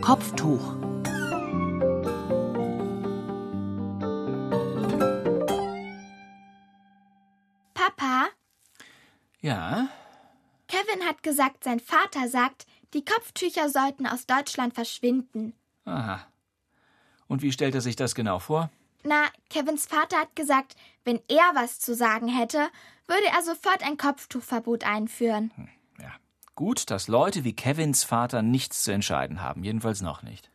Kopftuch. Papa, Ja? Kevin hat gesagt, sein Vater sagt, die Kopftücher sollten aus Deutschland verschwinden. Aha. Und wie stellt er sich das genau vor? Na, Kevins Vater hat gesagt, wenn er was zu sagen hätte, würde er sofort ein Kopftuchverbot einführen. Ja. Gut, dass Leute wie Kevins Vater nichts zu entscheiden haben, jedenfalls noch nicht.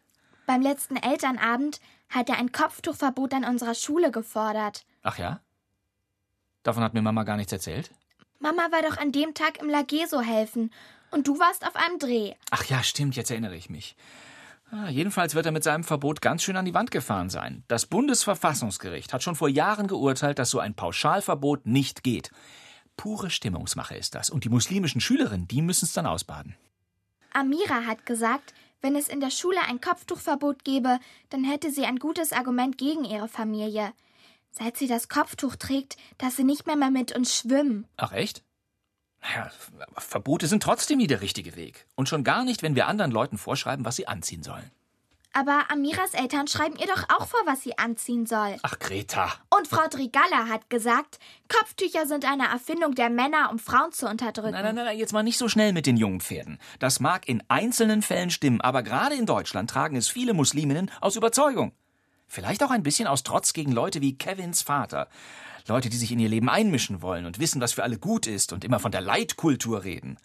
Beim letzten Elternabend hat er ein Kopftuchverbot an unserer Schule gefordert. Ach ja? Davon hat mir Mama gar nichts erzählt? Mama war doch an dem Tag im Lageso helfen und du warst auf einem Dreh. Ach ja, stimmt, jetzt erinnere ich mich. Ah, jedenfalls wird er mit seinem Verbot ganz schön an die Wand gefahren sein. Das Bundesverfassungsgericht hat schon vor Jahren geurteilt, dass so ein Pauschalverbot nicht geht. Pure Stimmungsmache ist das. Und die muslimischen Schülerinnen, die müssen es dann ausbaden. Amira hat gesagt, wenn es in der Schule ein Kopftuchverbot gäbe, dann hätte sie ein gutes Argument gegen ihre Familie. Seit sie das Kopftuch trägt, dass sie nicht mehr, mal mit uns schwimmen. Ach echt? Naja, aber Verbote sind trotzdem nie der richtige Weg. Und schon gar nicht, wenn wir anderen Leuten vorschreiben, was sie anziehen sollen. Aber Amiras Eltern schreiben ihr doch auch vor, was sie anziehen soll. Ach, Greta. Und Frau Trigalla hat gesagt, Kopftücher sind eine Erfindung der Männer, um Frauen zu unterdrücken. Nein, nein, nein, nein, jetzt mal nicht so schnell mit den jungen Pferden. Das mag in einzelnen Fällen stimmen, aber gerade in Deutschland tragen es viele Musliminnen aus Überzeugung. Vielleicht auch ein bisschen aus Trotz gegen Leute wie Kevins Vater. Leute, die sich in ihr Leben einmischen wollen und wissen, was für alle gut ist und immer von der Leitkultur reden.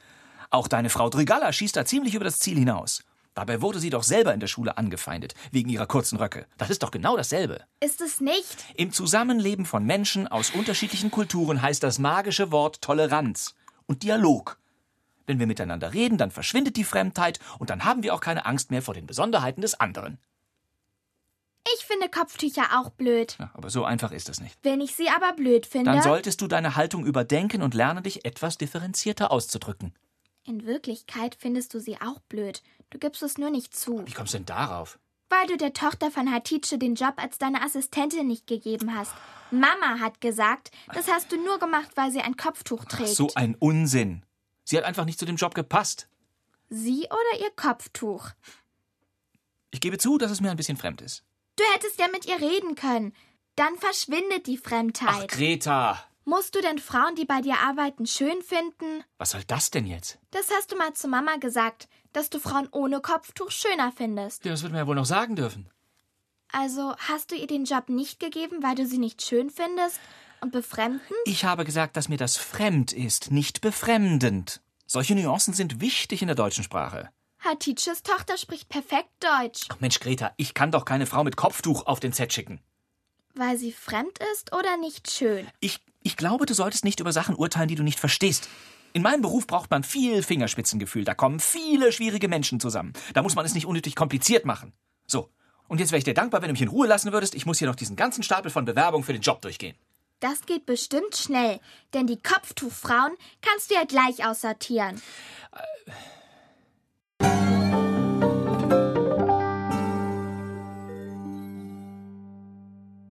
Auch deine Frau Drigalla schießt da ziemlich über das Ziel hinaus. Dabei wurde sie doch selber in der Schule angefeindet, wegen ihrer kurzen Röcke. Das ist doch genau dasselbe. Ist es nicht? Im Zusammenleben von Menschen aus unterschiedlichen Kulturen heißt das magische Wort Toleranz und Dialog. Wenn wir miteinander reden, dann verschwindet die Fremdheit und dann haben wir auch keine Angst mehr vor den Besonderheiten des anderen. Ich finde Kopftücher auch blöd. Ja, aber so einfach ist es nicht. Wenn ich sie aber blöd finde. Dann solltest du deine Haltung überdenken und lernen, dich etwas differenzierter auszudrücken. in Wirklichkeit findest du sie auch blöd. Du gibst es nur nicht zu. Wie kommst du denn darauf? Weil du der Tochter von Hatice den Job als deine Assistentin nicht gegeben hast. Mama hat gesagt, das hast du nur gemacht, weil sie ein Kopftuch Ach, trägt. so ein Unsinn. Sie hat einfach nicht zu dem Job gepasst. Sie oder ihr Kopftuch? Ich gebe zu, dass es mir ein bisschen fremd ist. Du hättest ja mit ihr reden können. Dann verschwindet die Ach, Fremdheit. Greta. Musst du denn Frauen, die bei dir arbeiten, schön finden? Was soll das denn jetzt? Das hast du mal zu Mama gesagt, dass du Frauen ohne Kopftuch schöner findest. Ja, Das wird man ja wohl noch sagen dürfen. Also hast du ihr den Job nicht gegeben, weil du sie nicht schön findest und befremden? Ich habe gesagt, dass mir das fremd ist, nicht befremdend. Solche Nuancen sind wichtig in der deutschen Sprache. Hatices Tochter spricht perfekt Deutsch. Ach Mensch, Greta, ich kann doch keine Frau mit Kopftuch auf den Set schicken. Weil sie fremd ist oder nicht schön? Ich, ich glaube, du solltest nicht über Sachen urteilen, die du nicht verstehst. In meinem Beruf braucht man viel Fingerspitzengefühl. Da kommen viele schwierige Menschen zusammen. Da muss man es nicht unnötig kompliziert machen. So. Und jetzt wäre ich dir dankbar, wenn du mich in Ruhe lassen würdest. Ich muss hier noch diesen ganzen Stapel von Bewerbungen für den Job durchgehen. Das geht bestimmt schnell, denn die Kopftuchfrauen kannst du ja gleich aussortieren.